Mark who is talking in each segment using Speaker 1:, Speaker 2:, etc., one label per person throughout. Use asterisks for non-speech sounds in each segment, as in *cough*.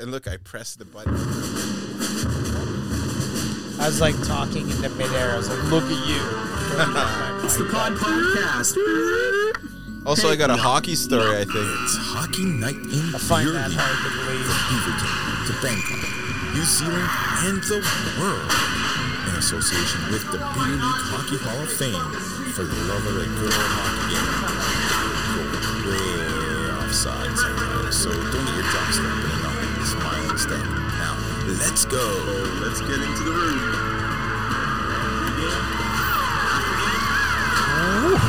Speaker 1: And look, I pressed the button.
Speaker 2: I was like talking in the midair. I was like, look at you.
Speaker 3: It's the Pod Podcast.
Speaker 1: Also, I got a hockey story, I think.
Speaker 4: It's hockey night in
Speaker 2: I find
Speaker 4: your
Speaker 2: that
Speaker 4: league.
Speaker 2: hard
Speaker 3: *laughs*
Speaker 2: to believe.
Speaker 4: Beaverton to Bangkok, New Zealand, and the world. In association with the Beer League Hockey Hall of Fame for the love of the good old hockey game. Go way offside sometimes, so don't get your jock stepping in on this mile step. Now, let's go. Let's get into the room.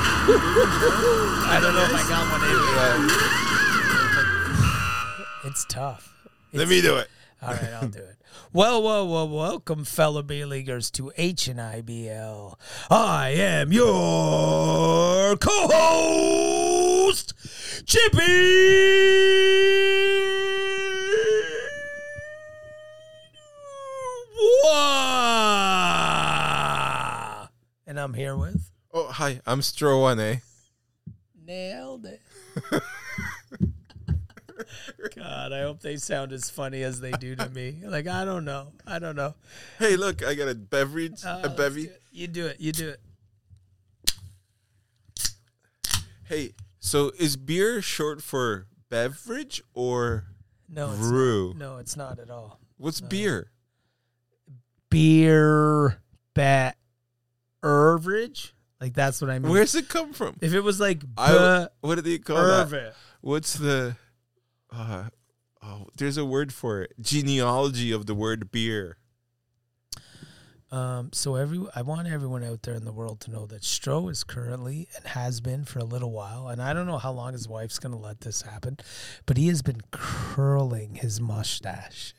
Speaker 2: I don't know if I got one eh? in. It's tough.
Speaker 1: Let me do it.
Speaker 2: All right, I'll do it. Well, well, well, welcome, fellow B leaguers, to H and IBL. I am your co-host, Chippy. Wah! And I'm here with
Speaker 1: Oh, hi. I'm eh? Stro 1A.
Speaker 2: Nailed it. *laughs* God, I hope they sound as funny as they do to me. Like I don't know, I don't know.
Speaker 1: Hey, look, I got a beverage,
Speaker 2: Oh,
Speaker 1: a Uh, bevy.
Speaker 2: You do it. You do it.
Speaker 1: Hey, so is beer short for beverage or
Speaker 2: No, it's
Speaker 1: brew?
Speaker 2: no, it's not at all.
Speaker 1: What's beer?
Speaker 2: Beer bat beverage. Like that's what I mean.
Speaker 1: Where's it come from?
Speaker 2: if it was like
Speaker 1: I, what do they call that?
Speaker 2: beverage,
Speaker 1: What's the? Uh, oh, there's a word for it. Genealogy of the word beer.
Speaker 2: um, so every I want everyone out there in the world to know that Stro is currently and has been for a little while, and I don't know how long his wife's gonna let this happen, but he has been curling his mustache.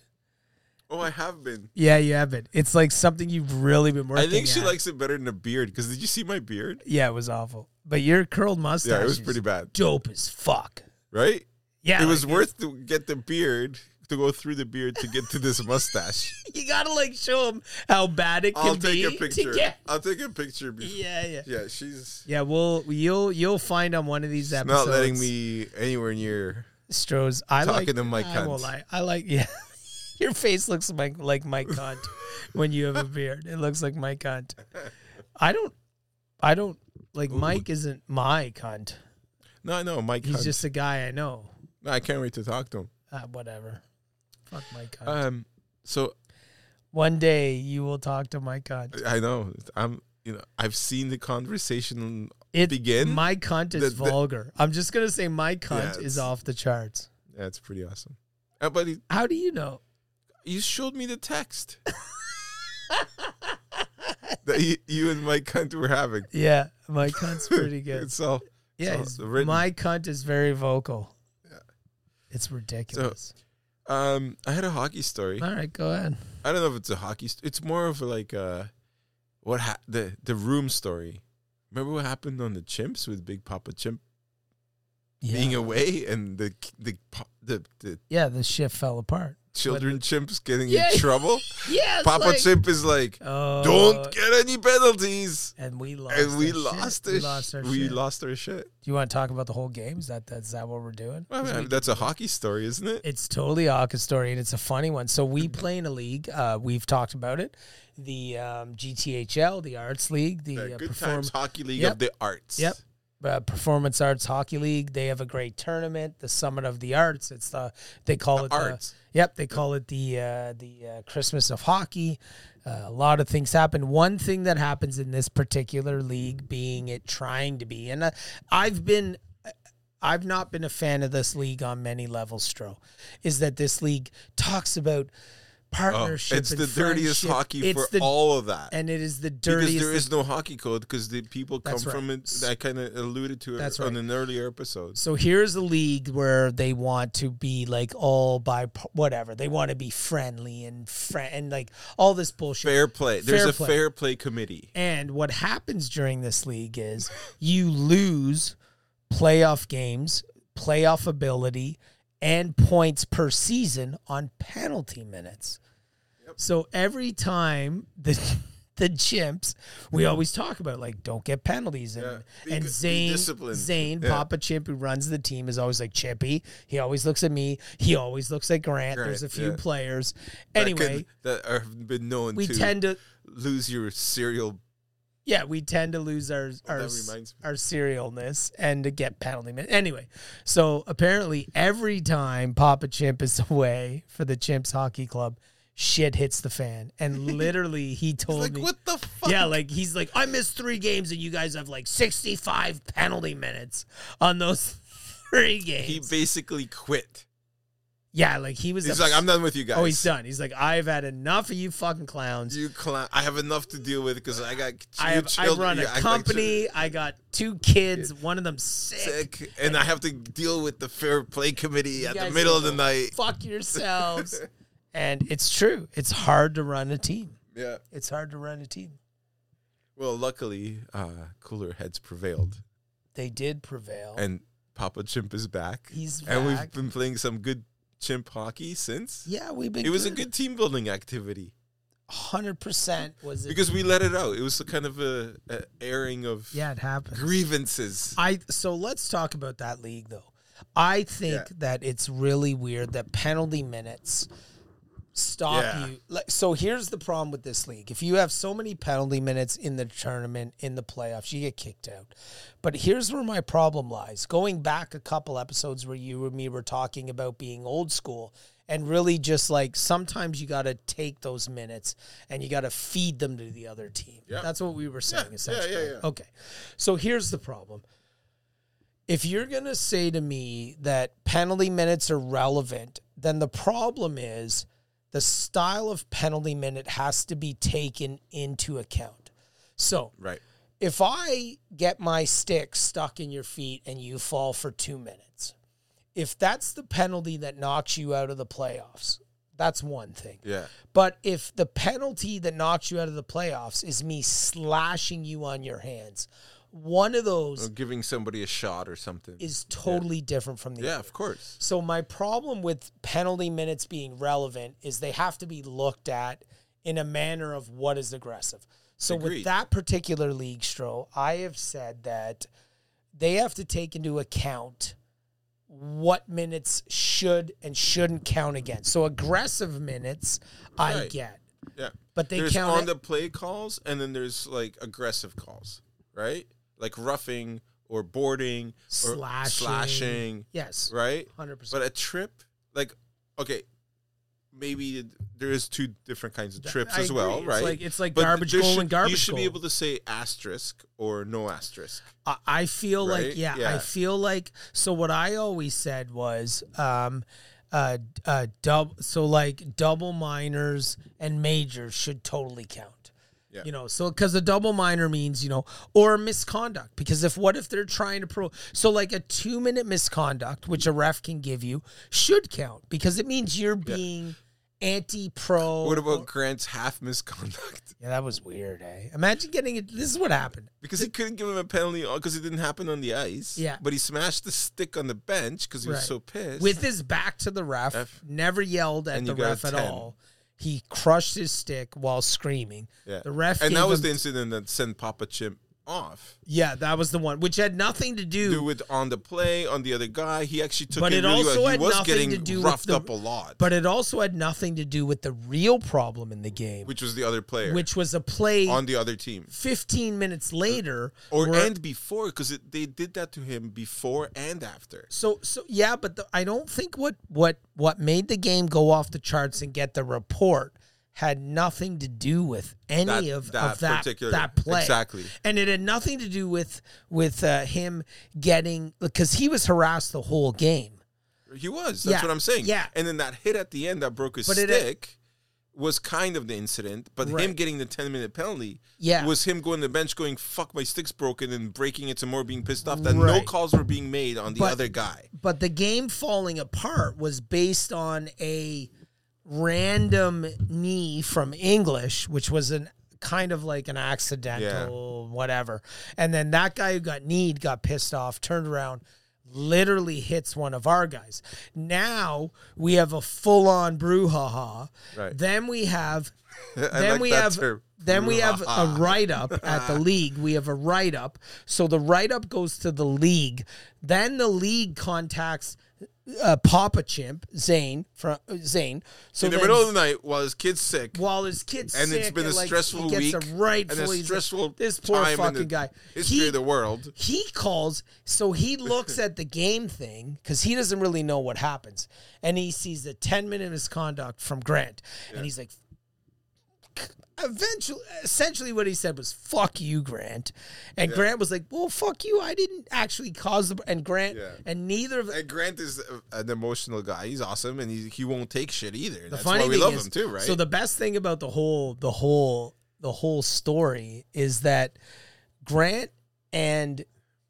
Speaker 1: Oh, I have been.
Speaker 2: Yeah, you have it. It's like something you've really been working.
Speaker 1: I think she
Speaker 2: at.
Speaker 1: likes it better than a beard. Because did you see my beard?
Speaker 2: Yeah, it was awful. But your curled mustache.
Speaker 1: Yeah, it was
Speaker 2: is
Speaker 1: pretty bad,
Speaker 2: Dope as fuck.
Speaker 1: right?
Speaker 2: Yeah,
Speaker 1: it was
Speaker 2: like, *laughs*
Speaker 1: worth to get the beard to go through the beard to get to this mustache.
Speaker 2: *laughs* You gotta like show him how bad it can
Speaker 1: I'll take
Speaker 2: be.
Speaker 1: a
Speaker 2: to
Speaker 1: picture.
Speaker 2: get- *laughs*
Speaker 1: I'll take a picture. Before. Yeah.
Speaker 2: yeah, yeah,
Speaker 1: she's
Speaker 2: yeah. Well, you'll you'll find on one of these episodes.
Speaker 1: not letting me anywhere near.
Speaker 2: Stroh's. I
Speaker 1: talking
Speaker 2: like,
Speaker 1: to Mike
Speaker 2: I won't
Speaker 1: Hunt.
Speaker 2: lie. I like. *laughs* Yeah, your face looks like like Mike Hunt when you have a beard. It looks like Mike Hunt. I don't. I don't like Mike. Isn't my cunt.
Speaker 1: No, no, Mike.
Speaker 2: He's
Speaker 1: Hunt.
Speaker 2: just a guy I know.
Speaker 1: No, I can't wait to talk to him.
Speaker 2: Uh, whatever. Fuck Mike Hunt.
Speaker 1: Um, so
Speaker 2: One day you will talk to my cunt.
Speaker 1: I know I'm. You know, I've seen the conversation
Speaker 2: It,
Speaker 1: begin.
Speaker 2: My cunt is
Speaker 1: The- the-
Speaker 2: vulgar. I'm just gonna say my
Speaker 1: Yeah,
Speaker 2: cunt
Speaker 1: it's-
Speaker 2: is off the charts.
Speaker 1: That's pretty awesome. Uh, but he,
Speaker 2: How do you know?
Speaker 1: you showed me the
Speaker 2: *laughs*
Speaker 1: text that you, you and Mike Hunt were having.
Speaker 2: Yeah, my
Speaker 1: *laughs*
Speaker 2: cunt's pretty good.
Speaker 1: It's all
Speaker 2: yeah,
Speaker 1: all
Speaker 2: it's-
Speaker 1: written.
Speaker 2: my cunt is very vocal. It's ridiculous.
Speaker 1: Um, I had a hockey story.
Speaker 2: All right, go ahead.
Speaker 1: I don't know if it's a hockey. St- it's more of like uh, what ha- the the room story. Remember what happened on the Chimps with Big Papa Chimp
Speaker 2: Yeah,
Speaker 1: being away and the the po- the, the
Speaker 2: yeah the shift fell apart.
Speaker 1: children chimps getting
Speaker 2: Yeah. *laughs*
Speaker 1: in trouble.
Speaker 2: Yeah,
Speaker 1: Papa Chimp is like,
Speaker 2: Oh,
Speaker 1: don't get any penalties,
Speaker 2: And we lost.
Speaker 1: and we
Speaker 2: our
Speaker 1: lost
Speaker 2: shit. We
Speaker 1: it.
Speaker 2: lost our
Speaker 1: We
Speaker 2: shit.
Speaker 1: lost our shit.
Speaker 2: Do you want to talk about the whole game? Is that that's that what we're doing?
Speaker 1: Well, I
Speaker 2: 'Cause
Speaker 1: mean,
Speaker 2: we
Speaker 1: that's a hockey story, isn't it?
Speaker 2: It's totally a hockey story, and it's a funny one. So we play in a league. Uh, we've talked about it. The um, GTHL, the Arts League, the,
Speaker 1: The
Speaker 2: uh,
Speaker 1: Good
Speaker 2: perform-
Speaker 1: Times Hockey League
Speaker 2: Yep.
Speaker 1: of the Arts.
Speaker 2: Yep. Uh, Performance Arts Hockey League. They have a great tournament, the Summit of the Arts. It's the they call it
Speaker 1: Arts.
Speaker 2: The, yep, they call it the uh, the uh, Christmas of hockey. Uh, a lot of things happen. One thing that happens in this particular league, being it trying to be, and uh, I've been uh, I've not been a fan of this league on many levels, Stro, is that this league talks about partnership.
Speaker 1: Oh, It's
Speaker 2: and
Speaker 1: the dirtiest
Speaker 2: friendship.
Speaker 1: hockey
Speaker 2: It's
Speaker 1: for
Speaker 2: the-
Speaker 1: all of that.
Speaker 2: And it is the dirtiest.
Speaker 1: because there is no hockey code because the people come
Speaker 2: That's right.
Speaker 1: from it. I kind of alluded to it
Speaker 2: That's
Speaker 1: on
Speaker 2: right.
Speaker 1: an earlier episode.
Speaker 2: so here's a league where they want to be like all by p- whatever. They want to be friendly and friend and like all this bullshit.
Speaker 1: Fair play. There's
Speaker 2: Fair
Speaker 1: a
Speaker 2: play.
Speaker 1: fair play committee.
Speaker 2: And what happens during this league is you lose playoff games, playoff ability, and points per season on penalty minutes. So every time the *laughs* the chimps. We always talk about like don't get penalties and
Speaker 1: Yeah, be
Speaker 2: and
Speaker 1: good- be
Speaker 2: Zane
Speaker 1: disciplined.
Speaker 2: Zane
Speaker 1: Yeah.
Speaker 2: Papa Chimp who runs the team is always like Chippy. He always looks at me. He always looks at Grant. There's a
Speaker 1: Grant,
Speaker 2: few
Speaker 1: yeah.
Speaker 2: players.
Speaker 1: That
Speaker 2: Anyway,
Speaker 1: could- that are- have been known
Speaker 2: we
Speaker 1: to
Speaker 2: tend to
Speaker 1: lose your serial.
Speaker 2: yeah, we tend to lose our our,
Speaker 1: that
Speaker 2: s-
Speaker 1: reminds me.
Speaker 2: our serialness and to get penalty minutes. Anyway, so apparently every time Papa Chimp is *laughs* away for the Chimps Hockey Club, shit hits the fan.
Speaker 1: *laughs*
Speaker 2: And literally, he told
Speaker 1: Like
Speaker 2: me,
Speaker 1: what the fuck?
Speaker 2: yeah, like he's like, I missed three games and you guys have like sixty five penalty minutes on those *laughs* three games.
Speaker 1: He basically quit.
Speaker 2: yeah, like he was.
Speaker 1: He's like,
Speaker 2: ups-
Speaker 1: I'm done with you guys.
Speaker 2: Oh, he's done. He's like, I've had enough of you fucking clowns.
Speaker 1: You clown. I have enough to deal with because I got.
Speaker 2: I
Speaker 1: you
Speaker 2: have I
Speaker 1: children-
Speaker 2: run a
Speaker 1: you act like
Speaker 2: company. I got two kids. One of them sick.
Speaker 1: children sick, and I have to deal with the fair play committee at the
Speaker 2: guys
Speaker 1: middle
Speaker 2: are
Speaker 1: of the night.
Speaker 2: Fuck yourselves. *laughs* and it's true. It's hard to run a team.
Speaker 1: Yeah.
Speaker 2: It's hard to run a team.
Speaker 1: Well, luckily, uh, cooler heads prevailed,
Speaker 2: They did prevail.
Speaker 1: and Papa Chimp is back.
Speaker 2: He's
Speaker 1: and we've
Speaker 2: back.
Speaker 1: been playing some good chimp hockey since.
Speaker 2: yeah, we've been.
Speaker 1: It was a good team building activity
Speaker 2: hundred percent. Was it?
Speaker 1: because we let it out. It was a kind of a, a airing of
Speaker 2: yeah, it happened.
Speaker 1: grievances.
Speaker 2: I so let's talk about that league though. I think
Speaker 1: Yeah.
Speaker 2: that it's really weird that penalty minutes stop
Speaker 1: Yeah.
Speaker 2: you. Like, so here's the problem with this league: if you have so many penalty minutes in the tournament, in the playoffs, you get kicked out. But here's where my problem lies: going back a couple episodes where you and me were talking about being old school. And really, just like sometimes you got to take those minutes and you got to feed them to the other team. That's what we were saying, essentially.
Speaker 1: yeah.
Speaker 2: Okay. So here's the problem if you're going to say to me that penalty minutes are relevant, then the problem is the style of penalty minute has to be taken into account. So,
Speaker 1: Right.
Speaker 2: if I get my stick stuck in your feet and you fall for two minutes, if that's the penalty that knocks you out of the playoffs, that's one thing.
Speaker 1: Yeah.
Speaker 2: But if the penalty that knocks you out of the playoffs is me slashing you on your hands, one of those
Speaker 1: Or giving somebody a shot or something.
Speaker 2: is totally different from the
Speaker 1: yeah,
Speaker 2: other.
Speaker 1: of course.
Speaker 2: So my problem with penalty minutes being relevant is they have to be looked at in a manner of what is aggressive. So with
Speaker 1: Agreed.
Speaker 2: that particular league, Stro, I have said that they have to take into account what minutes should and shouldn't count against. So aggressive minutes, I
Speaker 1: Right.
Speaker 2: get.
Speaker 1: Yeah.
Speaker 2: But they
Speaker 1: there's
Speaker 2: count
Speaker 1: on
Speaker 2: it-
Speaker 1: the play calls and then there's like aggressive calls, right? Like roughing or boarding or
Speaker 2: Slashing.
Speaker 1: slashing,
Speaker 2: Yes.
Speaker 1: right?
Speaker 2: 100%.
Speaker 1: But a trip, like okay, maybe there is two different kinds of trips
Speaker 2: I
Speaker 1: as well,
Speaker 2: agree. It's
Speaker 1: right?
Speaker 2: like- it's like
Speaker 1: But
Speaker 2: garbage
Speaker 1: there
Speaker 2: goal
Speaker 1: should-
Speaker 2: and garbage
Speaker 1: You should be
Speaker 2: goal.
Speaker 1: able to say asterisk or no asterisk.
Speaker 2: I- I feel like
Speaker 1: Right?
Speaker 2: yeah, I
Speaker 1: Yeah.
Speaker 2: feel like so what I always said was um uh uh double so like double minors and majors should totally count.
Speaker 1: Yeah.
Speaker 2: You know, so because a double minor means, you know, or misconduct. Because if what if they're trying to pro so like a two minute misconduct, which a ref can give you, should count because it means you're being anti pro.
Speaker 1: What about Grant's half misconduct? *laughs*
Speaker 2: Yeah, that was weird, eh? Imagine getting it this is what happened.
Speaker 1: Because he couldn't give him a penalty because it didn't happen on the ice.
Speaker 2: Yeah.
Speaker 1: But he smashed the stick on the bench because he was
Speaker 2: Right.
Speaker 1: so pissed.
Speaker 2: with his back to the ref,
Speaker 1: Ref.
Speaker 2: never yelled at
Speaker 1: And
Speaker 2: the
Speaker 1: you got a
Speaker 2: ref at
Speaker 1: 10.
Speaker 2: all. He crushed his stick while screaming.
Speaker 1: Yeah.
Speaker 2: The ref
Speaker 1: and
Speaker 2: gave
Speaker 1: that was
Speaker 2: him-
Speaker 1: the incident that sent Papa Chimp off.
Speaker 2: Yeah, that was the one, which had nothing to do.
Speaker 1: Do it on the play on the other guy. He actually took
Speaker 2: But
Speaker 1: it,
Speaker 2: it
Speaker 1: really
Speaker 2: also
Speaker 1: well. He
Speaker 2: had
Speaker 1: was
Speaker 2: nothing
Speaker 1: getting
Speaker 2: to do with
Speaker 1: roughed
Speaker 2: the-
Speaker 1: up a lot,
Speaker 2: but it also had nothing to do with the real problem in the game, which,
Speaker 1: which was the other player
Speaker 2: was a play
Speaker 1: on the other team,
Speaker 2: 15 minutes later.
Speaker 1: or
Speaker 2: where-
Speaker 1: and before because they did that to him before and after.
Speaker 2: so so yeah, but the, I don't think what what what made the game go off the charts and get the report had nothing to do with any
Speaker 1: That-
Speaker 2: of
Speaker 1: that
Speaker 2: of that
Speaker 1: particular-
Speaker 2: that play
Speaker 1: exactly.
Speaker 2: and it had nothing to do with with uh, him getting because he was harassed the whole game.
Speaker 1: He was. That's
Speaker 2: Yeah,
Speaker 1: what I'm saying.
Speaker 2: yeah.
Speaker 1: And then that hit at the end that broke his
Speaker 2: But it-
Speaker 1: stick was kind of the incident, but him
Speaker 2: Right.
Speaker 1: getting the 10 minute penalty
Speaker 2: Yeah.
Speaker 1: was him going to the bench going, fuck, my stick's broken, and breaking it some more, being pissed off that no
Speaker 2: Right.
Speaker 1: calls were being made on the
Speaker 2: But-
Speaker 1: other guy.
Speaker 2: But the game falling apart was based on a random knee from English, which was an kind of like an accidental whatever. And then that guy who got kneed got pissed off, turned around, literally hits one of our guys. Now we have a full on brouhaha.
Speaker 1: Right.
Speaker 2: Then we have
Speaker 1: *laughs* I
Speaker 2: then
Speaker 1: like
Speaker 2: we
Speaker 1: that
Speaker 2: have
Speaker 1: term.
Speaker 2: then we have a write up at the league. We have a write up. So the write up goes to the league. Then the league contacts uh, Papa Chimp Zane from Zane. So
Speaker 1: in the
Speaker 2: then
Speaker 1: middle of the night while his kid's sick.
Speaker 2: while his kid's
Speaker 1: and
Speaker 2: sick,
Speaker 1: it's been a
Speaker 2: like,
Speaker 1: stressful
Speaker 2: he gets
Speaker 1: week
Speaker 2: A right
Speaker 1: and a stressful
Speaker 2: this poor
Speaker 1: time in
Speaker 2: fucking
Speaker 1: the
Speaker 2: guy.
Speaker 1: history of the world.
Speaker 2: He calls,
Speaker 1: *laughs*
Speaker 2: so he looks at the game thing because he doesn't really know what happens, and he sees the ten minute misconduct from Grant, and he's like. Eventually, essentially, what he said was "fuck you, Grant," and Grant was like, "Well, fuck you, I didn't actually cause the." And Grant
Speaker 1: Yeah.
Speaker 2: and neither of
Speaker 1: And Grant is a- an emotional guy. He's awesome, and he, he won't take shit either.
Speaker 2: The
Speaker 1: That's
Speaker 2: funny
Speaker 1: why we
Speaker 2: thing
Speaker 1: love
Speaker 2: is,
Speaker 1: him too, right?
Speaker 2: So the best thing about the whole the whole the whole story is that Grant and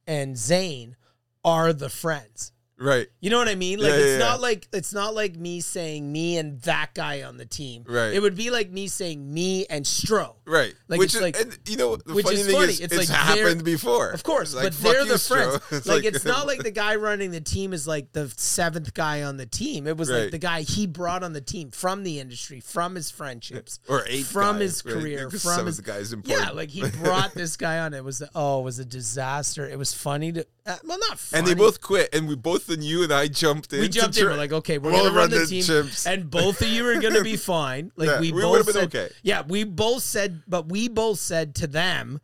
Speaker 2: and Zane are the friends.
Speaker 1: right,
Speaker 2: You know what I mean? Like
Speaker 1: Yeah,
Speaker 2: it's
Speaker 1: yeah,
Speaker 2: not
Speaker 1: yeah.
Speaker 2: like it's not like me saying me and that guy on the team.
Speaker 1: Right.
Speaker 2: It would be like me saying me and Stro.
Speaker 1: right.
Speaker 2: Like,
Speaker 1: which
Speaker 2: it's
Speaker 1: is,
Speaker 2: like-
Speaker 1: and you know, the
Speaker 2: which
Speaker 1: funny
Speaker 2: is
Speaker 1: thing
Speaker 2: funny.
Speaker 1: is,
Speaker 2: It's
Speaker 1: it's,
Speaker 2: like they're-
Speaker 1: happened before.
Speaker 2: Of course,
Speaker 1: It's like,
Speaker 2: but
Speaker 1: fuck
Speaker 2: they're
Speaker 1: you,
Speaker 2: the
Speaker 1: Stro. *laughs*
Speaker 2: friends. like, it's not like the guy running the team is like the seventh guy on the team. It was like
Speaker 1: Right.
Speaker 2: the guy he brought on the team from the industry, from his friendships,
Speaker 1: *laughs* or eight
Speaker 2: from
Speaker 1: guys,
Speaker 2: his
Speaker 1: really. I
Speaker 2: career,
Speaker 1: think the
Speaker 2: from
Speaker 1: seventh
Speaker 2: his
Speaker 1: guy is important.
Speaker 2: yeah.
Speaker 1: *laughs*
Speaker 2: Like he brought this guy on. It was the, oh, it was a disaster. It was funny to uh, well, not funny.
Speaker 1: and they both quit, and we both and you and I jumped in.
Speaker 2: we
Speaker 1: to
Speaker 2: jumped in.
Speaker 1: try-
Speaker 2: We're like, okay, we're
Speaker 1: We'll
Speaker 2: gonna run,
Speaker 1: run
Speaker 2: the
Speaker 1: the
Speaker 2: team,
Speaker 1: chimps.
Speaker 2: and both of you are
Speaker 1: *laughs*
Speaker 2: gonna be fine. Like
Speaker 1: Yeah,
Speaker 2: we,
Speaker 1: we
Speaker 2: both
Speaker 1: would've been
Speaker 2: said,
Speaker 1: okay.
Speaker 2: yeah, we both said, but we both said to them,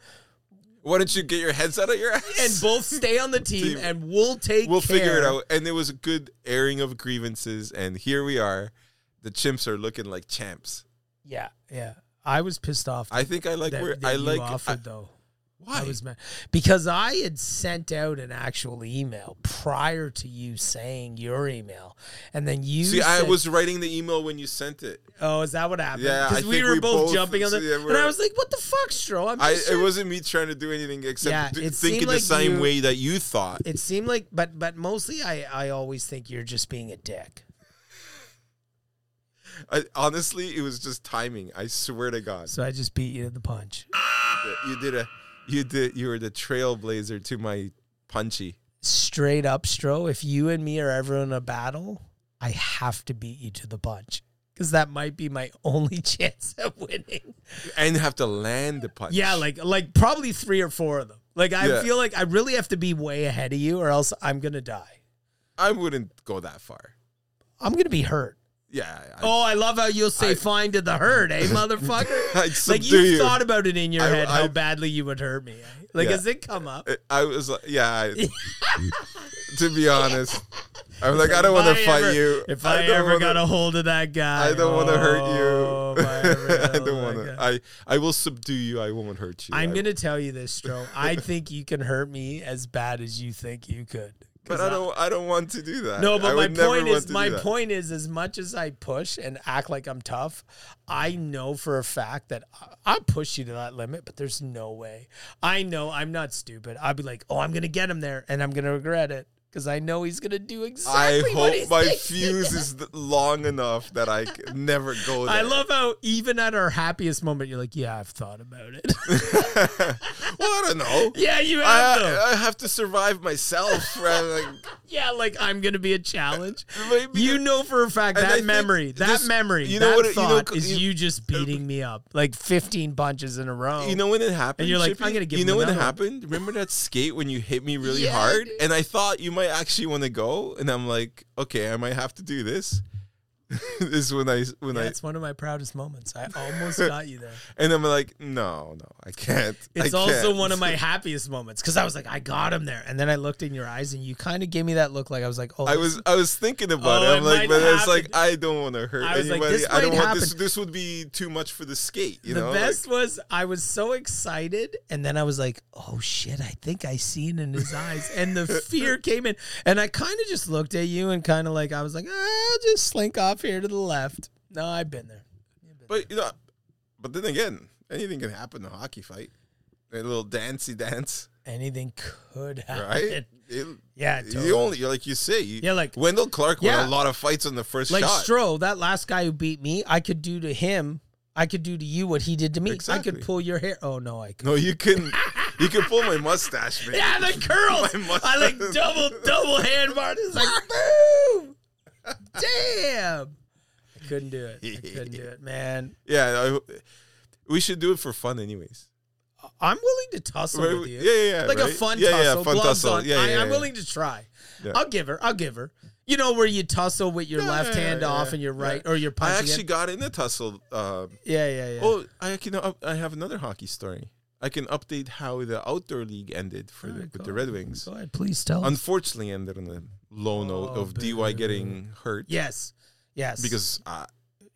Speaker 1: why don't you get your heads out of your ass?
Speaker 2: *laughs* and both stay on the team,
Speaker 1: *laughs* Team.
Speaker 2: and we'll take.
Speaker 1: we'll figure it
Speaker 2: care.
Speaker 1: out. And it was a good airing of grievances, and here we are. The chimps are looking like champs.
Speaker 2: Yeah, yeah. I was pissed off.
Speaker 1: I think I like
Speaker 2: that,
Speaker 1: where
Speaker 2: that
Speaker 1: I
Speaker 2: you
Speaker 1: like
Speaker 2: offered
Speaker 1: I-
Speaker 2: though.
Speaker 1: why
Speaker 2: I was mad because I had sent out an actual email prior to you saying your email, and then you
Speaker 1: See, I
Speaker 2: said-
Speaker 1: was writing the email when you sent it.
Speaker 2: Oh, is that what happened?
Speaker 1: Yeah, I
Speaker 2: because we
Speaker 1: think
Speaker 2: were
Speaker 1: we
Speaker 2: both,
Speaker 1: both-
Speaker 2: jumping on the.
Speaker 1: yeah,
Speaker 2: and
Speaker 1: we're-
Speaker 2: I was like, "What the fuck, Stro?" I'm
Speaker 1: I
Speaker 2: just
Speaker 1: it
Speaker 2: trying-
Speaker 1: wasn't me trying to do anything except
Speaker 2: Yeah,
Speaker 1: th-
Speaker 2: it seemed
Speaker 1: thinking
Speaker 2: like
Speaker 1: the same
Speaker 2: you-
Speaker 1: way that you thought.
Speaker 2: It seemed like, but but mostly, I I always think you're just being a dick.
Speaker 1: I, honestly, it was just timing. I swear to God,
Speaker 2: So I just beat you to the punch.
Speaker 1: you did a you did you were the trailblazer to my punchy.
Speaker 2: Straight up, Stro. If you and me are ever in a battle, I have to beat you to the punch because that might be my *laughs* only chance of winning.
Speaker 1: and have to land the punch.
Speaker 2: Yeah, like like probably three or four of them. Like I
Speaker 1: Yeah.
Speaker 2: feel like I really have to be way ahead of you, or else I'm gonna die.
Speaker 1: I wouldn't go that far.
Speaker 2: I'm gonna be hurt.
Speaker 1: Yeah, I,
Speaker 2: Oh, I love how you'll say
Speaker 1: I-
Speaker 2: fine to the hurt,
Speaker 1: *laughs*
Speaker 2: eh,
Speaker 1: I'd
Speaker 2: motherfucker? like
Speaker 1: subdue
Speaker 2: you
Speaker 1: you.
Speaker 2: thought about it in your
Speaker 1: I-
Speaker 2: head how
Speaker 1: I-
Speaker 2: badly you would hurt me. eh? Like,
Speaker 1: Yeah.
Speaker 2: has it come up?
Speaker 1: I, I was like, yeah. I, to be honest, I'm like, I don't want to
Speaker 2: If I
Speaker 1: fight
Speaker 2: ever-
Speaker 1: you.
Speaker 2: If I,
Speaker 1: don't
Speaker 2: ever
Speaker 1: wanna-
Speaker 2: got a hold of that guy,
Speaker 1: I don't want to hurt
Speaker 2: oh,
Speaker 1: you.
Speaker 2: if
Speaker 1: *laughs*
Speaker 2: I ever got
Speaker 1: I
Speaker 2: a hold
Speaker 1: don't
Speaker 2: of
Speaker 1: want
Speaker 2: that
Speaker 1: to.
Speaker 2: guy.
Speaker 1: I I will subdue you. I won't hurt you.
Speaker 2: I'm
Speaker 1: I-
Speaker 2: gonna tell you this, Stro.
Speaker 1: *laughs*
Speaker 2: I think you can hurt me as bad as you think you could. 'Cause
Speaker 1: But I don't. I don't want to do that.
Speaker 2: No,
Speaker 1: I
Speaker 2: but my
Speaker 1: would never
Speaker 2: point
Speaker 1: want
Speaker 2: is,
Speaker 1: to do
Speaker 2: my
Speaker 1: that.
Speaker 2: point is, as much as I push and act like I'm tough, I know for a fact that I, I push you to that limit. But there's no way. I know I'm not stupid. I'd be like, oh, I'm gonna get him there, and I'm gonna regret it because I know he's gonna do
Speaker 1: I
Speaker 2: exactly. what he
Speaker 1: hope my
Speaker 2: thinks he
Speaker 1: fuse is th- long enough that I c- never go there.
Speaker 2: I love how even at our happiest moment, you're like, yeah, I've thought
Speaker 1: *laughs*
Speaker 2: about it.
Speaker 1: *laughs*
Speaker 2: *laughs*
Speaker 1: Well, I don't know.
Speaker 2: yeah, *laughs* you have though.
Speaker 1: I, uh, I have to survive
Speaker 2: *laughs*
Speaker 1: myself. Rather than,
Speaker 2: yeah, like I'm gonna be a challenge.
Speaker 1: *laughs* Maybe-
Speaker 2: you know for a fact
Speaker 1: And I
Speaker 2: that
Speaker 1: think
Speaker 2: memory, that
Speaker 1: this-
Speaker 2: memory,
Speaker 1: you know
Speaker 2: that
Speaker 1: what it- you know,
Speaker 2: thought is
Speaker 1: you-
Speaker 2: you just beating me up like 15 punches in a row.
Speaker 1: you know when it happened,
Speaker 2: you're like,
Speaker 1: Chippy?
Speaker 2: "I'm gonna give
Speaker 1: You
Speaker 2: him
Speaker 1: know when it
Speaker 2: another one."
Speaker 1: happened? Remember that skate when you hit me really
Speaker 2: Yeah,
Speaker 1: hard,
Speaker 2: dude.
Speaker 1: and I thought you might actually want to go, and I'm like, okay, I might have to do this. *laughs* this is when I when
Speaker 2: that's one of my proudest moments.
Speaker 1: *laughs*
Speaker 2: I almost got you there.
Speaker 1: I and I'm like, no, no, I can't. I
Speaker 2: It's also
Speaker 1: can't."
Speaker 2: one
Speaker 1: *laughs*
Speaker 2: of my happiest moments because I was like, I got him there, and then I looked in your eyes, and you kind of gave me that look, like I was like, oh,
Speaker 1: I was I was thinking about
Speaker 2: Oh,
Speaker 1: it.
Speaker 2: it
Speaker 1: I'm
Speaker 2: might
Speaker 1: like, but it's like
Speaker 2: happen.
Speaker 1: I don't want to hurt
Speaker 2: I was like,
Speaker 1: anybody.
Speaker 2: this
Speaker 1: I don't
Speaker 2: might
Speaker 1: want this.
Speaker 2: happen.
Speaker 1: This would be too much for the skate. You
Speaker 2: the
Speaker 1: know,
Speaker 2: best was I was so excited, and then I was like, "Oh shit! I think I seen in his eyes,"
Speaker 1: *laughs*
Speaker 2: and the fear came in, and I kind of just looked at you and kind of like I was like, "I'll just slink off here to the left." No, I've been there.
Speaker 1: Like, but you know, but then again, anything can happen in a hockey fight. A little dancey
Speaker 2: *laughs*
Speaker 1: dance,
Speaker 2: Anything could happen.
Speaker 1: right? It-
Speaker 2: *laughs* Yeah, totally.
Speaker 1: You only you're like you say. You,
Speaker 2: Yeah, like-
Speaker 1: Wendell Clark
Speaker 2: Yeah.
Speaker 1: won a lot of fights on the first
Speaker 2: like
Speaker 1: shot.
Speaker 2: Stro, that last guy who beat me, I could do to him, I could do to you what he did to me. I
Speaker 1: Exactly.
Speaker 2: could pull your hair. Oh no, I could. *laughs*
Speaker 1: no, you can. You can pull my mustache, man.
Speaker 2: Yeah, the
Speaker 1: *laughs*
Speaker 2: curls.
Speaker 1: My mustache.
Speaker 2: I like double double hand Martin.
Speaker 1: *laughs*
Speaker 2: It's like boom. Damn. I couldn't do it. I couldn't do it, man.
Speaker 1: Yeah, I- we should do it for fun, anyways.
Speaker 2: I'm willing to tussle
Speaker 1: Right,
Speaker 2: with you.
Speaker 1: yeah, yeah, yeah,
Speaker 2: Like a
Speaker 1: right?
Speaker 2: fun
Speaker 1: Yeah, yeah,
Speaker 2: tussle.
Speaker 1: fun
Speaker 2: gloves
Speaker 1: tussle.
Speaker 2: on.
Speaker 1: Yeah,
Speaker 2: I,
Speaker 1: yeah,
Speaker 2: I'm
Speaker 1: yeah.
Speaker 2: willing to try.
Speaker 1: Yeah.
Speaker 2: I'll give her. I'll give her. You know where you tussle with your left
Speaker 1: yeah,
Speaker 2: hand
Speaker 1: yeah,
Speaker 2: off
Speaker 1: yeah.
Speaker 2: and your right or your
Speaker 1: I
Speaker 2: punching.
Speaker 1: actually got in a tussle. Uh,
Speaker 2: yeah, yeah, yeah.
Speaker 1: Oh, I can. up I have another hockey story. I can update how the outdoor league ended for the, with the Red Wings.
Speaker 2: Go ahead, please tell. us.
Speaker 1: Unfortunately, ended on a low note
Speaker 2: Oh,
Speaker 1: of DY getting hurt.
Speaker 2: yes, yes.
Speaker 1: because uh,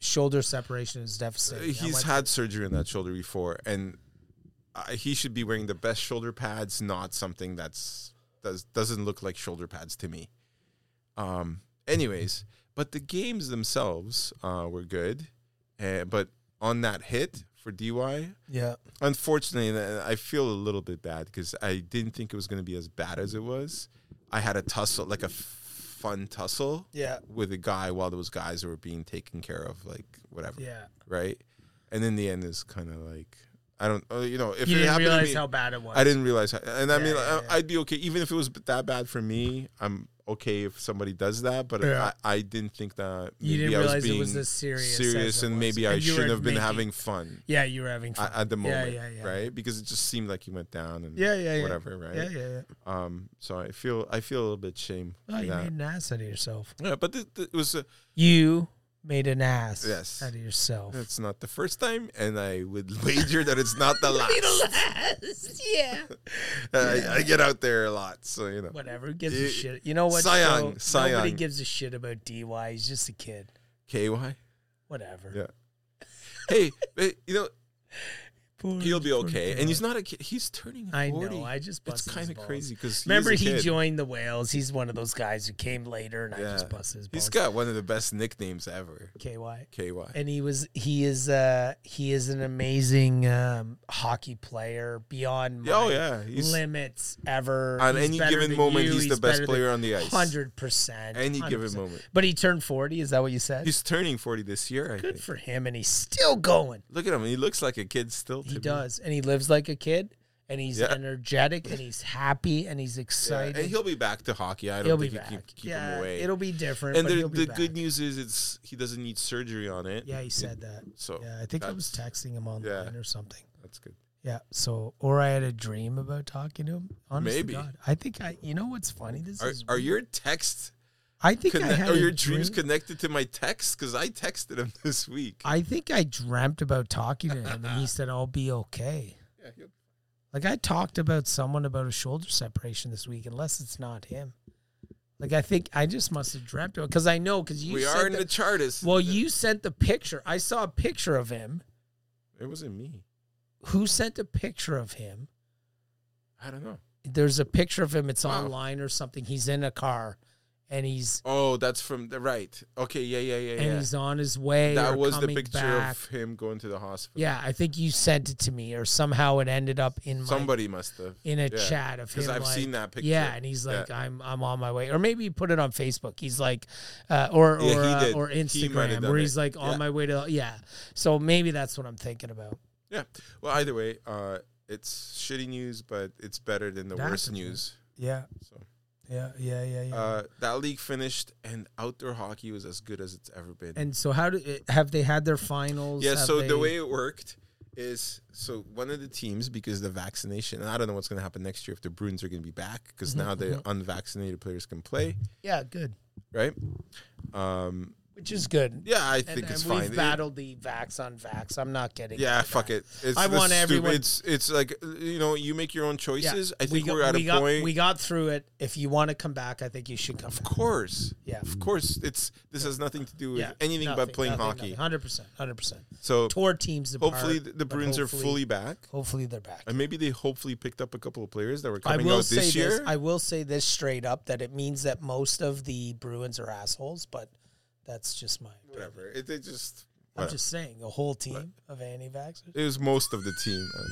Speaker 2: shoulder separation is devastating. I
Speaker 1: he's
Speaker 2: went-
Speaker 1: had surgery on that shoulder before, and uh, he should be wearing the best shoulder pads, not something that's does doesn't look like shoulder pads to me. Um. Anyways, but the games themselves uh, were good, uh, but on that hit for DY,
Speaker 2: yeah.
Speaker 1: unfortunately, and I feel a little bit bad because I didn't think it was going to be as bad as it was. I had a tussle, like a f- fun tussle,
Speaker 2: Yeah.
Speaker 1: with a guy while those guys were being taken care of, like whatever,
Speaker 2: Yeah.
Speaker 1: right? And in the end, it's kind of like I don't, uh, you know, if
Speaker 2: You
Speaker 1: it
Speaker 2: didn't
Speaker 1: happened to
Speaker 2: realize
Speaker 1: me,
Speaker 2: how bad it was.
Speaker 1: I didn't realize, how, and I mean,
Speaker 2: yeah,
Speaker 1: I, I'd be okay even if it was b- that bad for me. I'm okay if somebody does that, but
Speaker 2: Yeah.
Speaker 1: I, I didn't think that maybe
Speaker 2: You didn't
Speaker 1: I was
Speaker 2: realize it
Speaker 1: being
Speaker 2: was as serious as it
Speaker 1: and
Speaker 2: was.
Speaker 1: maybe
Speaker 2: And
Speaker 1: I
Speaker 2: you were
Speaker 1: shouldn't have been
Speaker 2: making-
Speaker 1: having fun
Speaker 2: Yeah, you were having fun
Speaker 1: at, at the moment,
Speaker 2: Yeah, yeah, yeah.
Speaker 1: right? Because it just seemed like he went down and
Speaker 2: Yeah, yeah, yeah.
Speaker 1: whatever, right?
Speaker 2: Yeah, yeah, yeah.
Speaker 1: Um, so I feel I feel a little bit shame.
Speaker 2: Oh,
Speaker 1: for
Speaker 2: you
Speaker 1: that.
Speaker 2: made an ass out of yourself.
Speaker 1: Yeah, but th- th- it was uh,
Speaker 2: You made an ass
Speaker 1: Yes.
Speaker 2: out of yourself.
Speaker 1: it's not the first time, and I would *laughs* wager that it's
Speaker 2: *laughs*
Speaker 1: not the last.
Speaker 2: yeah.
Speaker 1: *laughs* I, I get out there a lot, so you know.
Speaker 2: Whatever. Who gives
Speaker 1: You-
Speaker 2: a shit? You know what?
Speaker 1: Cy
Speaker 2: Joe?
Speaker 1: Young, Cy
Speaker 2: Nobody
Speaker 1: Young.
Speaker 2: gives a shit about DY. He's just a kid.
Speaker 1: KY,
Speaker 2: Whatever.
Speaker 1: yeah. hey, *laughs* but, you know
Speaker 2: Poor-
Speaker 1: he'll be
Speaker 2: poor
Speaker 1: okay,
Speaker 2: kid.
Speaker 1: and he's not a kid. He's turning
Speaker 2: I
Speaker 1: forty.
Speaker 2: know. I just
Speaker 1: it's
Speaker 2: busted his
Speaker 1: kind of
Speaker 2: balls.
Speaker 1: crazy because
Speaker 2: Remember,
Speaker 1: he,
Speaker 2: he
Speaker 1: is a kid.
Speaker 2: joined the whales. He's one of those guys who came later, and I
Speaker 1: Yeah.
Speaker 2: just busted his balls.
Speaker 1: He's got one of the best nicknames ever.
Speaker 2: KY.
Speaker 1: KY.
Speaker 2: and he was he is uh he is an amazing um hockey player beyond my
Speaker 1: Oh, yeah, he's-
Speaker 2: limits ever
Speaker 1: On
Speaker 2: He's
Speaker 1: any
Speaker 2: better
Speaker 1: given
Speaker 2: than
Speaker 1: moment, he's the best
Speaker 2: better
Speaker 1: player
Speaker 2: than-
Speaker 1: on the ice.
Speaker 2: 100%
Speaker 1: Any given
Speaker 2: 100%.
Speaker 1: moment.
Speaker 2: but he turned 40 is that what you said
Speaker 1: He's turning forty this year. I
Speaker 2: good
Speaker 1: think.
Speaker 2: for him and he's still going
Speaker 1: Look at him. He looks like a kid still.
Speaker 2: he
Speaker 1: to me.
Speaker 2: does and he lives like a kid and he's
Speaker 1: Yeah.
Speaker 2: energetic and he's happy and he's
Speaker 1: Yeah,
Speaker 2: excited
Speaker 1: and he'll be back to hockey. I don't
Speaker 2: He'll be
Speaker 1: think
Speaker 2: back
Speaker 1: you can keep
Speaker 2: yeah
Speaker 1: him away.
Speaker 2: it'll be different
Speaker 1: and
Speaker 2: but
Speaker 1: the,
Speaker 2: he'll be
Speaker 1: the good
Speaker 2: back.
Speaker 1: news is it's he doesn't need surgery on it.
Speaker 2: yeah he said that
Speaker 1: So
Speaker 2: yeah i think i was
Speaker 1: that's-
Speaker 2: texting him online
Speaker 1: yeah.
Speaker 2: or something
Speaker 1: That's good.
Speaker 2: Yeah. So, or I had a dream about talking to him. Honest
Speaker 1: Maybe.
Speaker 2: Maybe. God, I think I. You know what's funny? This
Speaker 1: Are,
Speaker 2: is.
Speaker 1: are your texts
Speaker 2: I think I
Speaker 1: conne-
Speaker 2: had
Speaker 1: are
Speaker 2: a
Speaker 1: your dreams
Speaker 2: dream-
Speaker 1: connected to my text? Because I texted him *laughs* this week.
Speaker 2: I think I dreamt about talking to him, and he said, "I'll be okay."
Speaker 1: Yeah, he'll-
Speaker 2: Like I talked about someone about a shoulder separation this week, unless it's not him. Like I think I just must have dreamt of it because I know because you.
Speaker 1: we
Speaker 2: sent
Speaker 1: are in the,
Speaker 2: the,
Speaker 1: chartist.
Speaker 2: Well, you sent the picture. I saw a picture of him.
Speaker 1: It wasn't me.
Speaker 2: Who sent a picture of him?
Speaker 1: I don't know.
Speaker 2: There's a picture of him. It's
Speaker 1: Wow.
Speaker 2: online or something. He's in a car, and he's
Speaker 1: Oh, that's from the right. Okay, yeah, yeah, yeah,
Speaker 2: and
Speaker 1: yeah.
Speaker 2: he's on his way.
Speaker 1: that
Speaker 2: or
Speaker 1: was the
Speaker 2: coming
Speaker 1: picture
Speaker 2: back.
Speaker 1: of him going to the hospital.
Speaker 2: Yeah, I think you sent it to me, or somehow it ended up in my,
Speaker 1: Somebody must have
Speaker 2: in a
Speaker 1: yeah.
Speaker 2: chat of him.
Speaker 1: because I've
Speaker 2: like-
Speaker 1: seen that picture.
Speaker 2: Yeah, and he's
Speaker 1: Yeah.
Speaker 2: like, "I'm I'm on my way," or maybe you put it on Facebook. He's like, uh, or or
Speaker 1: Yeah, he
Speaker 2: uh,
Speaker 1: did.
Speaker 2: or
Speaker 1: He might have
Speaker 2: Instagram,
Speaker 1: done
Speaker 2: where
Speaker 1: it.
Speaker 2: he's like, "On
Speaker 1: Yeah.
Speaker 2: my way to," yeah. So maybe that's what I'm thinking about.
Speaker 1: Yeah. Well, either way, uh, it's shitty news, but it's better than the
Speaker 2: That's
Speaker 1: worst
Speaker 2: okay.
Speaker 1: news.
Speaker 2: Yeah,
Speaker 1: So
Speaker 2: yeah, yeah, yeah, yeah.
Speaker 1: uh, that league finished, and outdoor hockey was as good as it's ever been.
Speaker 2: and so, how do eh, have they had their finals?
Speaker 1: yeah.
Speaker 2: Have
Speaker 1: So
Speaker 2: they-
Speaker 1: the way it worked is so one of the teams because the vaccination, and I don't know what's going to happen next year if the Bruins are going to be back
Speaker 2: Mm-hmm,
Speaker 1: because now the unvaccinated players can play,
Speaker 2: yeah, good,
Speaker 1: right? Um,
Speaker 2: which is good.
Speaker 1: yeah, I
Speaker 2: And-
Speaker 1: think
Speaker 2: and
Speaker 1: it's
Speaker 2: we've
Speaker 1: fine. It-
Speaker 2: battled the vax on vax. I'm not getting.
Speaker 1: yeah,
Speaker 2: into
Speaker 1: fuck
Speaker 2: that.
Speaker 1: it. It's
Speaker 2: I
Speaker 1: the
Speaker 2: want
Speaker 1: stupid-
Speaker 2: everyone-
Speaker 1: It's it's like you know you make your own choices. I
Speaker 2: we
Speaker 1: think
Speaker 2: got-
Speaker 1: we are at
Speaker 2: we
Speaker 1: a
Speaker 2: got,
Speaker 1: point.
Speaker 2: We got through it. If you want to come back, I think you should come
Speaker 1: Of
Speaker 2: back.
Speaker 1: course.
Speaker 2: Yeah.
Speaker 1: Of course. It's this has nothing to do with
Speaker 2: Yeah,
Speaker 1: anything
Speaker 2: nothing,
Speaker 1: but playing
Speaker 2: nothing,
Speaker 1: hockey.
Speaker 2: nothing. 100%. 100%.
Speaker 1: So
Speaker 2: Tour teams apart,
Speaker 1: hopefully the, the
Speaker 2: but
Speaker 1: Bruins are
Speaker 2: hopefully-
Speaker 1: fully back.
Speaker 2: Hopefully they're back.
Speaker 1: And maybe they hopefully picked up a couple of players that were
Speaker 2: I
Speaker 1: coming
Speaker 2: will
Speaker 1: out
Speaker 2: say
Speaker 1: this year.
Speaker 2: this. I will say this straight up that it means that most of the Bruins are assholes, but that's just my. opinion.
Speaker 1: whatever. It, they just
Speaker 2: I'm
Speaker 1: whatever.
Speaker 2: just saying, a whole team of anti-vaxxers.
Speaker 1: it was most of the team. Uh,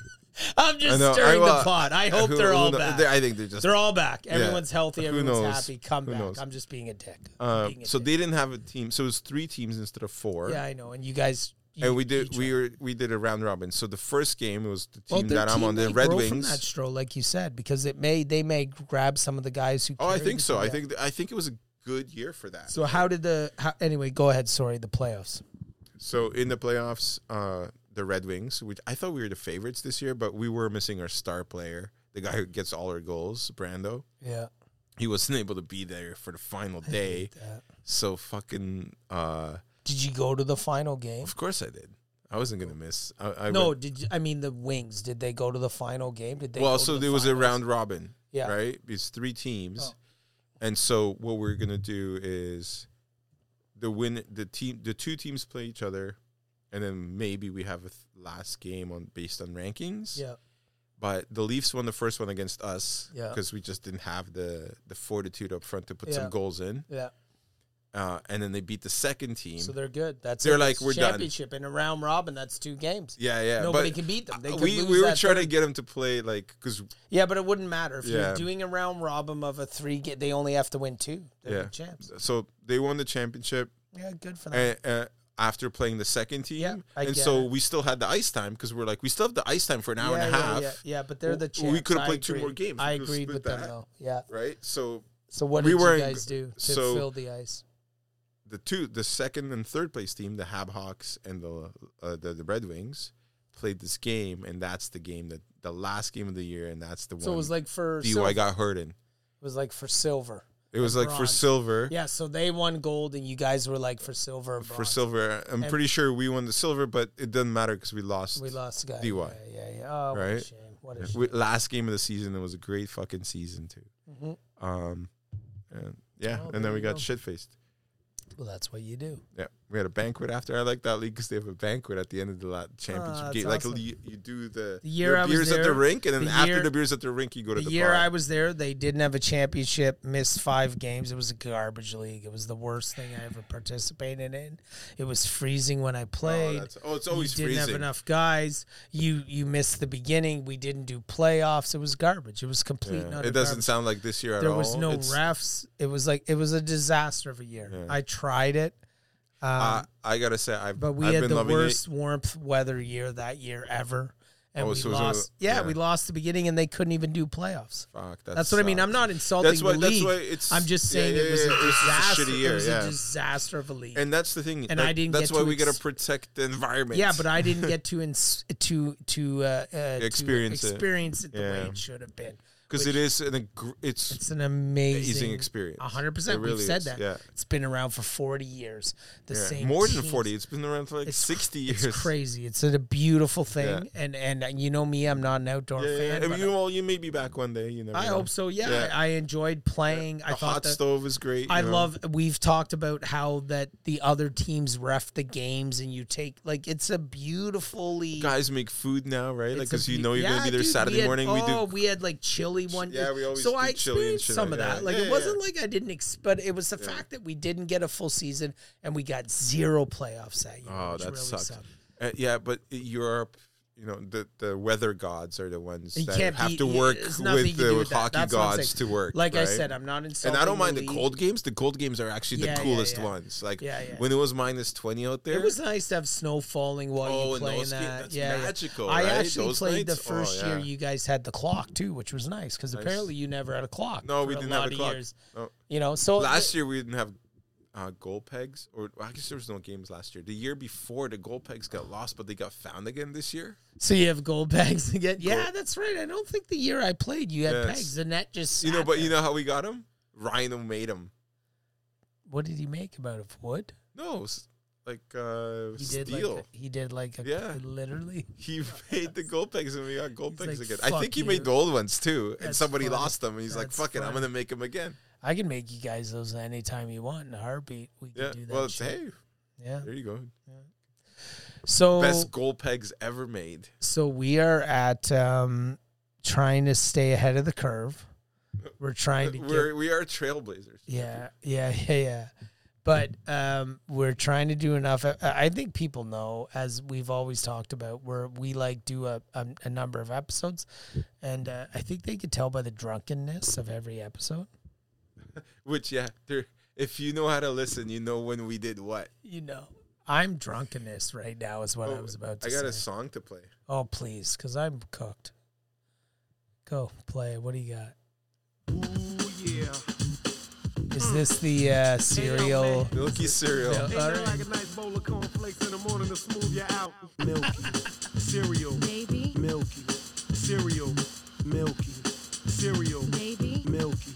Speaker 2: I'm just
Speaker 1: know,
Speaker 2: stirring
Speaker 1: well,
Speaker 2: the pot. I hope
Speaker 1: who-
Speaker 2: they're
Speaker 1: who
Speaker 2: all
Speaker 1: kno-
Speaker 2: back.
Speaker 1: they-
Speaker 2: They're,
Speaker 1: I think they're just
Speaker 2: all back. Everyone's healthy.
Speaker 1: Who
Speaker 2: Everyone's
Speaker 1: knows?
Speaker 2: happy. Come
Speaker 1: Who
Speaker 2: back.
Speaker 1: knows?
Speaker 2: I'm just being a dick. I'm
Speaker 1: uh,
Speaker 2: being a
Speaker 1: so
Speaker 2: dick.
Speaker 1: they didn't have a team. So it was three teams instead of four.
Speaker 2: Yeah, I know. And you guys,
Speaker 1: and we did we were we did a round robin. So the first game was the
Speaker 2: Well,
Speaker 1: team
Speaker 2: their
Speaker 1: that I'm
Speaker 2: team
Speaker 1: on, the
Speaker 2: may
Speaker 1: Red
Speaker 2: grow from that
Speaker 1: Wings.
Speaker 2: stroll, like you said, because it may they may grab some of the guys who.
Speaker 1: Oh, I
Speaker 2: carried
Speaker 1: think
Speaker 2: it
Speaker 1: so.
Speaker 2: from
Speaker 1: I
Speaker 2: there.
Speaker 1: think I think it was a good year for that.
Speaker 2: So how did the how, anyway? Go ahead. Sorry, the playoffs.
Speaker 1: So in the playoffs, uh, the Red Wings, which I thought we were the favorites this year, but we were missing our star player, the guy who gets all our goals, Brando.
Speaker 2: Yeah.
Speaker 1: He wasn't able to be there for the final day. So fucking. Uh,
Speaker 2: Did you go to the final game?
Speaker 1: of course I did. I wasn't gonna miss. I, I
Speaker 2: No.
Speaker 1: went-
Speaker 2: Did you, I mean the Wings? Did they go to the final game? Did they?
Speaker 1: well,
Speaker 2: go
Speaker 1: so
Speaker 2: to the
Speaker 1: there was a
Speaker 2: finals?
Speaker 1: round robin.
Speaker 2: Yeah. Oh.
Speaker 1: Right. It's three teams, and so what we're gonna do is the win the team the two teams play each other, and then maybe we have a th- last game on based on rankings.
Speaker 2: Yeah.
Speaker 1: but the Leafs won the first one against us
Speaker 2: Yeah.
Speaker 1: because we just didn't have the the fortitude up front to put
Speaker 2: Yeah.
Speaker 1: some goals in.
Speaker 2: Yeah.
Speaker 1: Uh, and then they beat the second team.
Speaker 2: So they're good. That's
Speaker 1: They're
Speaker 2: it.
Speaker 1: like,
Speaker 2: It's
Speaker 1: we're done.
Speaker 2: championship in a round robin. That's two games.
Speaker 1: yeah, yeah.
Speaker 2: Nobody
Speaker 1: but
Speaker 2: can beat them. They
Speaker 1: uh,
Speaker 2: could
Speaker 1: we
Speaker 2: lose
Speaker 1: we were
Speaker 2: that
Speaker 1: trying to get them to play like because
Speaker 2: Yeah, but it wouldn't matter if
Speaker 1: Yeah.
Speaker 2: you're doing a round robin of a three. Get they only have to win two. They're
Speaker 1: yeah.
Speaker 2: the champs.
Speaker 1: So they won the championship
Speaker 2: Yeah, good for them.
Speaker 1: and, uh, after playing the second team,
Speaker 2: Yeah, I
Speaker 1: and
Speaker 2: get
Speaker 1: so
Speaker 2: it.
Speaker 1: we still had the ice time because we're like we still have the ice time for an hour
Speaker 2: yeah,
Speaker 1: and a half,
Speaker 2: Yeah, yeah, yeah, but they're the
Speaker 1: W-
Speaker 2: champs.
Speaker 1: we could've
Speaker 2: I
Speaker 1: played two
Speaker 2: agreed.
Speaker 1: more games.
Speaker 2: I
Speaker 1: We could've
Speaker 2: agreed
Speaker 1: split
Speaker 2: with them
Speaker 1: that.
Speaker 2: though. Yeah.
Speaker 1: right? So
Speaker 2: So what
Speaker 1: We
Speaker 2: did
Speaker 1: were
Speaker 2: you
Speaker 1: in-
Speaker 2: guys do to
Speaker 1: so-
Speaker 2: fill the ice?
Speaker 1: the two, the second and third place team, the Habhawks and the uh, the, the Red Wings, played this game, and that's the game that the last game of the year, and that's the one.
Speaker 2: So it was like for
Speaker 1: DUI
Speaker 2: silver.
Speaker 1: got hurt in.
Speaker 2: it was like for silver.
Speaker 1: It was like for
Speaker 2: bronze.
Speaker 1: silver,
Speaker 2: Yeah, so they won gold and you guys were like for silver and
Speaker 1: for
Speaker 2: bronze.
Speaker 1: silver. I'm pretty sure we won the silver, but it doesn't matter because we lost.
Speaker 2: We lost guys.
Speaker 1: DY.
Speaker 2: Yeah, yeah, yeah. Oh, what a
Speaker 1: Right?
Speaker 2: shame. What a shame.
Speaker 1: We, last game of the season. It was a great fucking season too. Um, and yeah,
Speaker 2: Mm-hmm. Oh,
Speaker 1: and
Speaker 2: there
Speaker 1: then we
Speaker 2: you
Speaker 1: got
Speaker 2: go.
Speaker 1: shit faced.
Speaker 2: Well, that's what you do.
Speaker 1: Yeah, we had a banquet after. I like that league because they have a banquet at the end of the la- championship
Speaker 2: Ah, that's
Speaker 1: game. Like
Speaker 2: awesome.
Speaker 1: you, you do the,
Speaker 2: The year
Speaker 1: your
Speaker 2: I was
Speaker 1: beers at the
Speaker 2: there,
Speaker 1: rink, and then
Speaker 2: the
Speaker 1: after
Speaker 2: year-
Speaker 1: the beers at the rink, you go to
Speaker 2: The,
Speaker 1: the,
Speaker 2: year
Speaker 1: bar.
Speaker 2: I was there, they didn't have a championship, missed five games. It was a garbage league. It was the worst thing I ever participated in. It was freezing when I
Speaker 1: oh,
Speaker 2: played.
Speaker 1: that's, oh, it's always
Speaker 2: you didn't
Speaker 1: freezing.
Speaker 2: have enough guys. You you missed the beginning. We didn't do playoffs. It was garbage. It was complete.
Speaker 1: Yeah,
Speaker 2: and utter
Speaker 1: It doesn't
Speaker 2: garbage.
Speaker 1: sound like this year at
Speaker 2: There
Speaker 1: all.
Speaker 2: was no
Speaker 1: It's- uh,
Speaker 2: refs. It was like it was a disaster of a year. I tried it,
Speaker 1: I, I gotta say, I've,
Speaker 2: but we
Speaker 1: I've
Speaker 2: had
Speaker 1: been
Speaker 2: the
Speaker 1: loving
Speaker 2: worst warmth weather year that year ever, and
Speaker 1: Oh,
Speaker 2: we
Speaker 1: so it was one of
Speaker 2: lost.
Speaker 1: the-
Speaker 2: yeah,
Speaker 1: yeah.
Speaker 2: we lost the beginning, and they couldn't even do playoffs.
Speaker 1: it. Fuck, that
Speaker 2: That's what I mean. I'm
Speaker 1: sucks.
Speaker 2: not insulting
Speaker 1: That's why-
Speaker 2: the
Speaker 1: that's
Speaker 2: league.
Speaker 1: why it's-
Speaker 2: I'm just
Speaker 1: yeah,
Speaker 2: saying
Speaker 1: yeah,
Speaker 2: it was
Speaker 1: yeah,
Speaker 2: a
Speaker 1: it was just a shitty
Speaker 2: disaster.
Speaker 1: year,
Speaker 2: it was
Speaker 1: yeah.
Speaker 2: a disaster of a league.
Speaker 1: And that's the thing.
Speaker 2: And
Speaker 1: that-
Speaker 2: I didn't
Speaker 1: That's
Speaker 2: get
Speaker 1: why
Speaker 2: to
Speaker 1: we
Speaker 2: ex-
Speaker 1: gotta protect the environment.
Speaker 2: Yeah, but I
Speaker 1: *laughs*
Speaker 2: didn't get to ins- to to uh, uh,
Speaker 1: Experience
Speaker 2: to
Speaker 1: it.
Speaker 2: experience it the
Speaker 1: Yeah.
Speaker 2: way it should have been.
Speaker 1: because it is an ag- it's
Speaker 2: It's an amazing,
Speaker 1: experience.
Speaker 2: hundred percent.
Speaker 1: It
Speaker 2: We've
Speaker 1: really
Speaker 2: said
Speaker 1: is,
Speaker 2: that.
Speaker 1: yeah.
Speaker 2: It's been around for forty years. The
Speaker 1: yeah,
Speaker 2: same
Speaker 1: more than
Speaker 2: teams.
Speaker 1: forty. It's been around for like
Speaker 2: It's-
Speaker 1: sixty years.
Speaker 2: It's crazy. It's a beautiful thing,
Speaker 1: Yeah.
Speaker 2: and and uh, you know me, I'm not an outdoor
Speaker 1: Yeah, yeah,
Speaker 2: fan.
Speaker 1: and
Speaker 2: but
Speaker 1: you all you may be back one day. You never
Speaker 2: I
Speaker 1: know.
Speaker 2: hope so. Yeah,
Speaker 1: Yeah.
Speaker 2: I, I enjoyed playing. I
Speaker 1: The
Speaker 2: thought
Speaker 1: hot
Speaker 2: that,
Speaker 1: stove is great.
Speaker 2: I
Speaker 1: you know.
Speaker 2: love. We've talked about how that the other teams ref the games, and you take like it's a beautifully
Speaker 1: guys make food now, right? Like
Speaker 2: It's a
Speaker 1: because you
Speaker 2: be-
Speaker 1: know you're
Speaker 2: Yeah,
Speaker 1: gonna be there
Speaker 2: dude, we
Speaker 1: Saturday
Speaker 2: had-
Speaker 1: morning.
Speaker 2: Oh,
Speaker 1: we do.
Speaker 2: we had like chili one.
Speaker 1: yeah, we always
Speaker 2: So
Speaker 1: do chili and
Speaker 2: I experienced
Speaker 1: shit
Speaker 2: some
Speaker 1: like
Speaker 2: of
Speaker 1: that.
Speaker 2: that. Like
Speaker 1: Yeah,
Speaker 2: it
Speaker 1: yeah.
Speaker 2: wasn't like I didn't, ex- but it was the fact that we didn't get a full season and we got zero playoffs that year.
Speaker 1: Oh,
Speaker 2: which
Speaker 1: that
Speaker 2: really
Speaker 1: sucks.
Speaker 2: sucked.
Speaker 1: Uh, yeah, but Europe, you know, the the weather gods are the ones
Speaker 2: You
Speaker 1: that
Speaker 2: can't
Speaker 1: have
Speaker 2: be-
Speaker 1: to work
Speaker 2: it's
Speaker 1: with
Speaker 2: nothing you can do
Speaker 1: the
Speaker 2: with that.
Speaker 1: hockey
Speaker 2: That's what I'm
Speaker 1: gods
Speaker 2: saying.
Speaker 1: to work.
Speaker 2: Like I
Speaker 1: right?
Speaker 2: said, I'm not insulting.
Speaker 1: And I don't mind the
Speaker 2: league.
Speaker 1: cold games. The cold games are actually
Speaker 2: Yeah,
Speaker 1: the
Speaker 2: yeah,
Speaker 1: coolest
Speaker 2: yeah.
Speaker 1: ones. Like
Speaker 2: Yeah, yeah.
Speaker 1: when it was minus twenty out there.
Speaker 2: It was nice to have snow falling while
Speaker 1: Oh,
Speaker 2: you
Speaker 1: and
Speaker 2: play in
Speaker 1: those games,
Speaker 2: that.
Speaker 1: that's
Speaker 2: yeah, yeah.
Speaker 1: magical,
Speaker 2: I
Speaker 1: right?
Speaker 2: actually
Speaker 1: Those
Speaker 2: played the
Speaker 1: nights? Oh,
Speaker 2: first year
Speaker 1: yeah.
Speaker 2: you guys had the clock too, which was nice because apparently you never had a clock.
Speaker 1: no, we
Speaker 2: for
Speaker 1: didn't
Speaker 2: a lot
Speaker 1: have a
Speaker 2: of
Speaker 1: clock.
Speaker 2: Years,
Speaker 1: No.
Speaker 2: you know, so
Speaker 1: Last year we didn't have uh, goal pegs, or well, I guess there was no games last year. The year before, the goal pegs got lost, but they got found again this year.
Speaker 2: So you have gold pegs *laughs* again? Yeah, that's right. I don't think the year I played, you had
Speaker 1: Yeah, it's-
Speaker 2: pegs. The net just
Speaker 1: You know,
Speaker 2: sat
Speaker 1: but you
Speaker 2: there.
Speaker 1: know how we got them? Rhino made them.
Speaker 2: what did he make about it? Wood?
Speaker 1: No, s- like uh,
Speaker 2: He
Speaker 1: steel.
Speaker 2: did like a, he did like a,
Speaker 1: Yeah.
Speaker 2: literally.
Speaker 1: He made the gold pegs and we got gold
Speaker 2: He's
Speaker 1: pegs
Speaker 2: like,
Speaker 1: again. I
Speaker 2: "Fuck
Speaker 1: think he
Speaker 2: you."
Speaker 1: made the old ones too, and
Speaker 2: That's
Speaker 1: somebody
Speaker 2: funny.
Speaker 1: lost them, and he's like,
Speaker 2: That's
Speaker 1: "Fuck it, I'm
Speaker 2: funny.
Speaker 1: gonna make them again."
Speaker 2: I can make you guys those anytime you want in a heartbeat. We can
Speaker 1: Yeah.
Speaker 2: do that.
Speaker 1: Well, it's,
Speaker 2: shit.
Speaker 1: hey,
Speaker 2: yeah.
Speaker 1: there you go.
Speaker 2: So
Speaker 1: Best gold pegs ever made.
Speaker 2: so we are at um, trying to stay ahead of the curve. We're trying to get
Speaker 1: We're we are trailblazers.
Speaker 2: Yeah, yeah, *laughs* yeah, yeah. But um, we're trying to do enough. I, I think people know, as we've always talked about, where we like do a, a, a number of episodes, and uh, I think they could tell by the drunkenness of every episode.
Speaker 1: Which yeah, there. If you know how to listen, you know when we did what.
Speaker 2: You know, I'm drunkenness right now is what I
Speaker 1: Oh,
Speaker 2: was about to
Speaker 1: I got
Speaker 2: say.
Speaker 1: a song to play.
Speaker 2: oh please, because I'm cooked. Go play. it. What do you got? Is this the
Speaker 5: *laughs*
Speaker 2: uh, cereal?
Speaker 1: Milky cereal.
Speaker 2: Yeah.
Speaker 5: Ain't nothing like a nice bowl of cornflakes in the morning to smooth you out. Milky cereal,
Speaker 6: Baby,
Speaker 5: milky cereal, milky cereal,
Speaker 6: baby,
Speaker 5: milky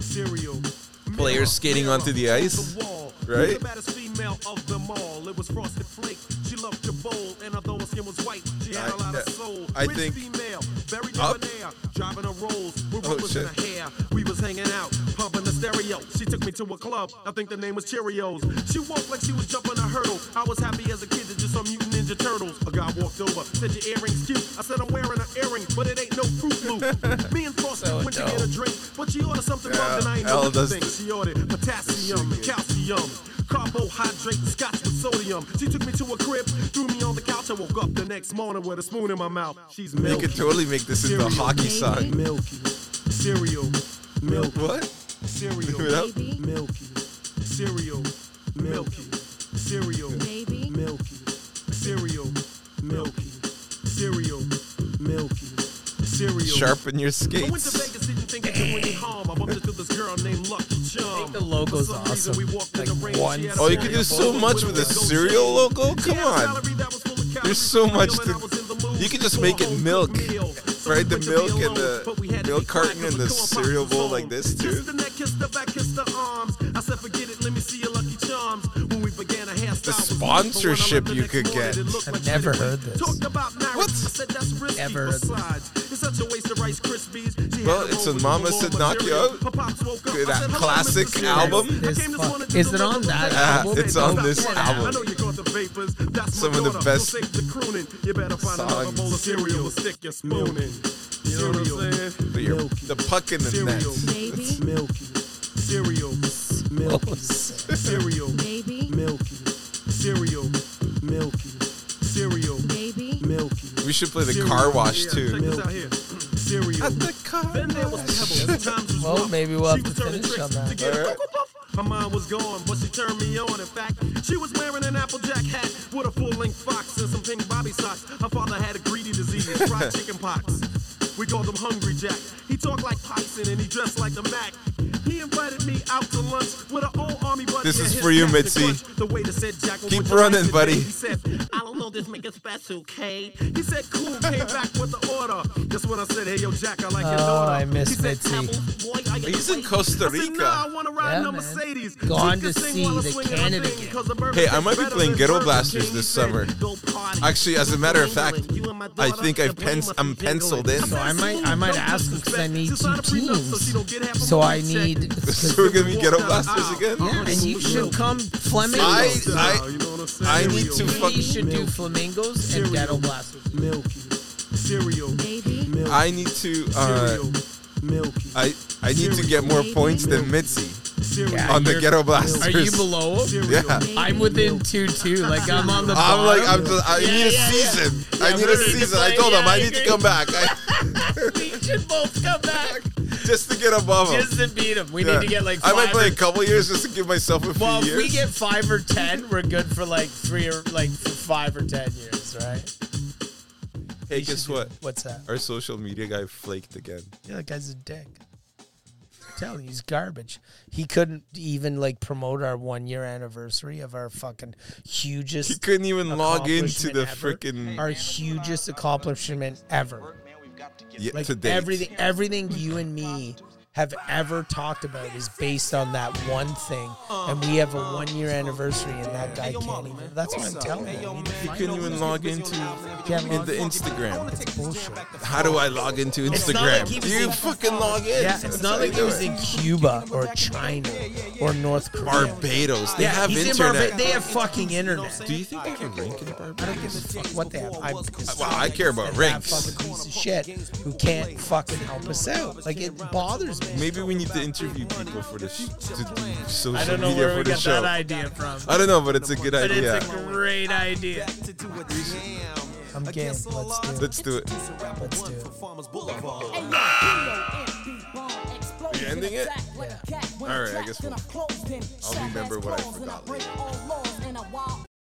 Speaker 5: cereal.
Speaker 1: Players skating onto the ice. Right?
Speaker 5: The baddest female of them all. It was Frosted Flake. She loved your bowl, and although her skin was white, she had
Speaker 1: I-
Speaker 5: a lot of
Speaker 1: uh,
Speaker 5: soul.
Speaker 1: I
Speaker 5: Rich
Speaker 1: think-
Speaker 5: female, very
Speaker 1: Up.
Speaker 5: debonair, driving her rolls with
Speaker 1: Oh,
Speaker 5: rubbers in
Speaker 1: shit.
Speaker 5: her hair. We was hanging out, pumping the stereo. She took me to a club. I think the name was Cheerios. She walked like she was jumping a hurdle. I was happy as a kid that just saw Mutant Ninja Turtles. A guy walked over, said your earrings cute. I said I'm wearing an earring, but it ain't no Fruit
Speaker 1: *laughs*
Speaker 5: Loop. me and Frosty
Speaker 2: So
Speaker 5: went to get a
Speaker 2: dope.
Speaker 5: drink, but she ordered something
Speaker 1: Yeah,
Speaker 5: yeah, and I
Speaker 1: Elle
Speaker 5: ain't know what to
Speaker 1: does
Speaker 5: think.
Speaker 1: the-
Speaker 5: She ordered potassium and calcium. Carbohydrate, scotch with sodium. She took me to a crib, threw me on the couch. I woke up the next morning with a spoon in my mouth. She's
Speaker 1: You
Speaker 5: milky,
Speaker 1: could totally make this into a hockey song.
Speaker 5: milky, cereal, milk,
Speaker 1: What?
Speaker 5: cereal,
Speaker 1: Without
Speaker 6: baby,
Speaker 5: milky, cereal, milky, cereal,
Speaker 6: baby,
Speaker 5: milky, cereal, milky, cereal, milky, cereal.
Speaker 1: sharpen your
Speaker 5: I went to
Speaker 1: skates.
Speaker 5: Vegas, didn't think it do any harm. I bumped into this girl named Lucky Chum. I
Speaker 2: think the logo's awesome. Like one-
Speaker 1: Oh, you could do so much with a cereal logo? Come on. There's so much to- you could just make it milk, right? The milk and the milk carton and the cereal bowl like this, too.
Speaker 5: Kiss the neck, kiss the back, kiss the arms. I said, forget it, let me see your Lucky Charms. When we began, I had
Speaker 1: sponsorship you could get.
Speaker 2: I've never heard this.
Speaker 5: Talked about marriage.
Speaker 1: What?
Speaker 5: I said, that's risky.
Speaker 2: Ever.
Speaker 5: Besides, it's such a waste of Rice Krispies. She had
Speaker 1: Well,
Speaker 5: a
Speaker 1: it's
Speaker 5: roll
Speaker 1: a
Speaker 5: with
Speaker 1: Mama
Speaker 5: raw
Speaker 1: Said Knock You
Speaker 5: material.
Speaker 1: Out.
Speaker 5: Her pops woke up.
Speaker 1: Good,
Speaker 5: I
Speaker 1: that
Speaker 5: said, "Hello,
Speaker 1: classic
Speaker 5: Mr. Smith."
Speaker 1: album.
Speaker 5: I came this
Speaker 2: This
Speaker 5: morning
Speaker 2: fuck- is
Speaker 5: to
Speaker 2: it on
Speaker 5: deliver
Speaker 1: *laughs*
Speaker 2: that
Speaker 5: the
Speaker 1: album?
Speaker 5: message.
Speaker 1: It's on
Speaker 5: Stop
Speaker 1: this
Speaker 5: running.
Speaker 1: album.
Speaker 5: I know you caught the vapors. That's my
Speaker 1: Some of the
Speaker 5: daughter.
Speaker 1: best
Speaker 5: Don't take the crooning. You better find another
Speaker 1: songs.
Speaker 5: bowl of cereal. and Stick your spoon in. You know what I'm saying?
Speaker 1: Put your- The puck in the net.
Speaker 6: baby,
Speaker 5: Milky. Cereal. Milky. *laughs* Cereal.
Speaker 6: baby,
Speaker 5: Milky. Cereal. Milky. Cereal.
Speaker 6: baby,
Speaker 5: Milky.
Speaker 1: We should play the car wash too.
Speaker 5: Cereal.
Speaker 1: car
Speaker 5: Then there was pebbles. Times was
Speaker 2: Well,
Speaker 5: rough.
Speaker 2: maybe we'll
Speaker 5: She
Speaker 2: have
Speaker 5: was
Speaker 2: to
Speaker 5: turning
Speaker 2: finish
Speaker 5: tricks
Speaker 2: on that.
Speaker 5: to get a
Speaker 1: Alright.
Speaker 5: cocoa puff. My mind was gone, but she turned me on. In fact, she was wearing an Applejack hat with a full-length fox and some pink bobby socks. Her father had a greedy disease, fried chicken pox. We called him Hungry Jack. He talked like Tyson and he dressed like the Mac. He invited me out to lunch with an old army buddy.
Speaker 1: This
Speaker 5: and
Speaker 1: is
Speaker 5: his
Speaker 1: for you,
Speaker 5: Jackson
Speaker 1: Mitzi.
Speaker 5: Crunch. The waiter said, "Jack,
Speaker 1: Keep
Speaker 5: what you like
Speaker 1: running,
Speaker 5: today?"
Speaker 1: buddy.
Speaker 5: He said, I don't know this make it special, okay? He said, cool, came back with the order. That's when I said, hey, yo, Jack, I like your
Speaker 2: Oh,
Speaker 5: daughter.
Speaker 2: I miss
Speaker 5: he said,
Speaker 2: Mitzi.
Speaker 5: "Pebbles, boy, are you
Speaker 1: He's in
Speaker 5: crazy?"
Speaker 1: Costa
Speaker 5: I said,
Speaker 1: Rica.
Speaker 5: nah, I want to ride
Speaker 2: Yeah,
Speaker 5: in a
Speaker 2: man.
Speaker 5: Mercedes.
Speaker 2: Gone
Speaker 5: She can
Speaker 2: to
Speaker 5: sing
Speaker 2: see
Speaker 5: while I
Speaker 2: the
Speaker 5: swing her
Speaker 2: Canada
Speaker 5: thing,
Speaker 2: game.
Speaker 5: 'cause the burger
Speaker 1: Hey, I
Speaker 5: tastes
Speaker 1: might be
Speaker 5: better
Speaker 1: playing
Speaker 5: than
Speaker 1: Ghetto
Speaker 5: Burger
Speaker 1: Blasters
Speaker 5: King.
Speaker 1: this
Speaker 5: He
Speaker 1: summer.
Speaker 5: said, "Go party."
Speaker 1: Actually, as a matter of fact,
Speaker 5: You and my
Speaker 1: I
Speaker 5: daughter,
Speaker 1: think
Speaker 5: your
Speaker 1: I've
Speaker 5: brain
Speaker 1: pens-
Speaker 5: must
Speaker 1: I'm
Speaker 5: be jingling.
Speaker 1: penciled in.
Speaker 2: So I might I might ask because I need two teams. So I
Speaker 1: *laughs*
Speaker 2: need.
Speaker 1: *laughs* So we're gonna be ghetto blasters again.
Speaker 2: Yeah, and you should come Fleming.
Speaker 1: I
Speaker 5: Nah,
Speaker 1: I
Speaker 5: you know what I'm saying?
Speaker 1: I need to
Speaker 2: We
Speaker 1: fuck.
Speaker 2: should do flamingos and ghetto blasters.
Speaker 5: Milky, cereal,
Speaker 6: baby,
Speaker 1: I need to. Uh,
Speaker 5: milky,
Speaker 1: I I need to get more points than Mitzi
Speaker 5: cereal,
Speaker 2: Yeah.
Speaker 1: on the ghetto blasters.
Speaker 2: Are you below? him?
Speaker 1: Yeah.
Speaker 2: I'm within two two. Like I'm on the.
Speaker 1: I'm like I'm
Speaker 2: bottom.
Speaker 1: just, I
Speaker 2: Yeah,
Speaker 1: need a
Speaker 2: yeah, yeah.
Speaker 1: season.
Speaker 2: Yeah,
Speaker 1: I need
Speaker 2: we
Speaker 1: a
Speaker 2: need to
Speaker 1: season. I
Speaker 2: play.
Speaker 1: told him
Speaker 2: Yeah, I
Speaker 1: I need to
Speaker 2: agree.
Speaker 1: come back *laughs* I,
Speaker 2: we should both come back
Speaker 1: just to get above him.
Speaker 2: just to beat him. We
Speaker 1: Oh. Yeah.
Speaker 2: need to get like.
Speaker 1: I
Speaker 2: Five
Speaker 1: might play
Speaker 2: or-
Speaker 1: a couple years just to give myself a few
Speaker 2: well, if
Speaker 1: years.
Speaker 2: we get five or ten, we're good for like three or like for five or ten years, right?
Speaker 1: hey, guess what?
Speaker 2: What's that?
Speaker 1: Our social media guy flaked again.
Speaker 2: Yeah, that guy's a dick. I'm telling you, he's garbage. He couldn't even like promote our one year anniversary of our fucking
Speaker 1: He
Speaker 2: hugest,
Speaker 1: couldn't even log into
Speaker 2: Accomplishment
Speaker 1: the
Speaker 2: ever.
Speaker 1: freaking
Speaker 2: our hugest accomplishment ever.
Speaker 1: yeah,
Speaker 2: Like
Speaker 1: to date.
Speaker 2: everything, everything you and me have ever talked about is based on that one thing, and we have a one year anniversary, and that guy can't even. That's what I'm telling you. We need to
Speaker 1: He
Speaker 2: find
Speaker 1: couldn't
Speaker 2: out.
Speaker 1: even log into
Speaker 2: Can't
Speaker 1: in
Speaker 2: log
Speaker 1: the Instagram.
Speaker 2: It's bullshit.
Speaker 1: How do I log into
Speaker 2: It's not like
Speaker 1: Instagram?
Speaker 2: he was
Speaker 1: you
Speaker 2: in-
Speaker 1: fucking log in.
Speaker 2: Yeah, it's not like he was in Cuba or China or North Korea.
Speaker 1: *laughs* Barbados. They
Speaker 2: Yeah,
Speaker 1: have
Speaker 2: he's in
Speaker 1: internet.
Speaker 2: Barba- they have fucking internet.
Speaker 1: do you think they have a link in Barbados?
Speaker 2: I don't give a fuck what they have. I'm concerned
Speaker 1: Wow, I care about
Speaker 2: that
Speaker 1: ranks.
Speaker 2: fucking piece of shit who can't fucking help us out. Like it bothers me.
Speaker 1: *laughs* Maybe we need to interview people for the sh- to do social
Speaker 2: I don't know
Speaker 1: media
Speaker 2: where we
Speaker 1: for the
Speaker 2: got
Speaker 1: show.
Speaker 2: that idea from,
Speaker 1: I don't know, but it's a good
Speaker 2: but
Speaker 1: idea.
Speaker 2: it's a great idea. I'm game. Let's do it.
Speaker 1: Let's do it.
Speaker 2: Let's do it.
Speaker 1: We ending it?
Speaker 7: All right, I guess we'll. I'll remember what I forgot. later.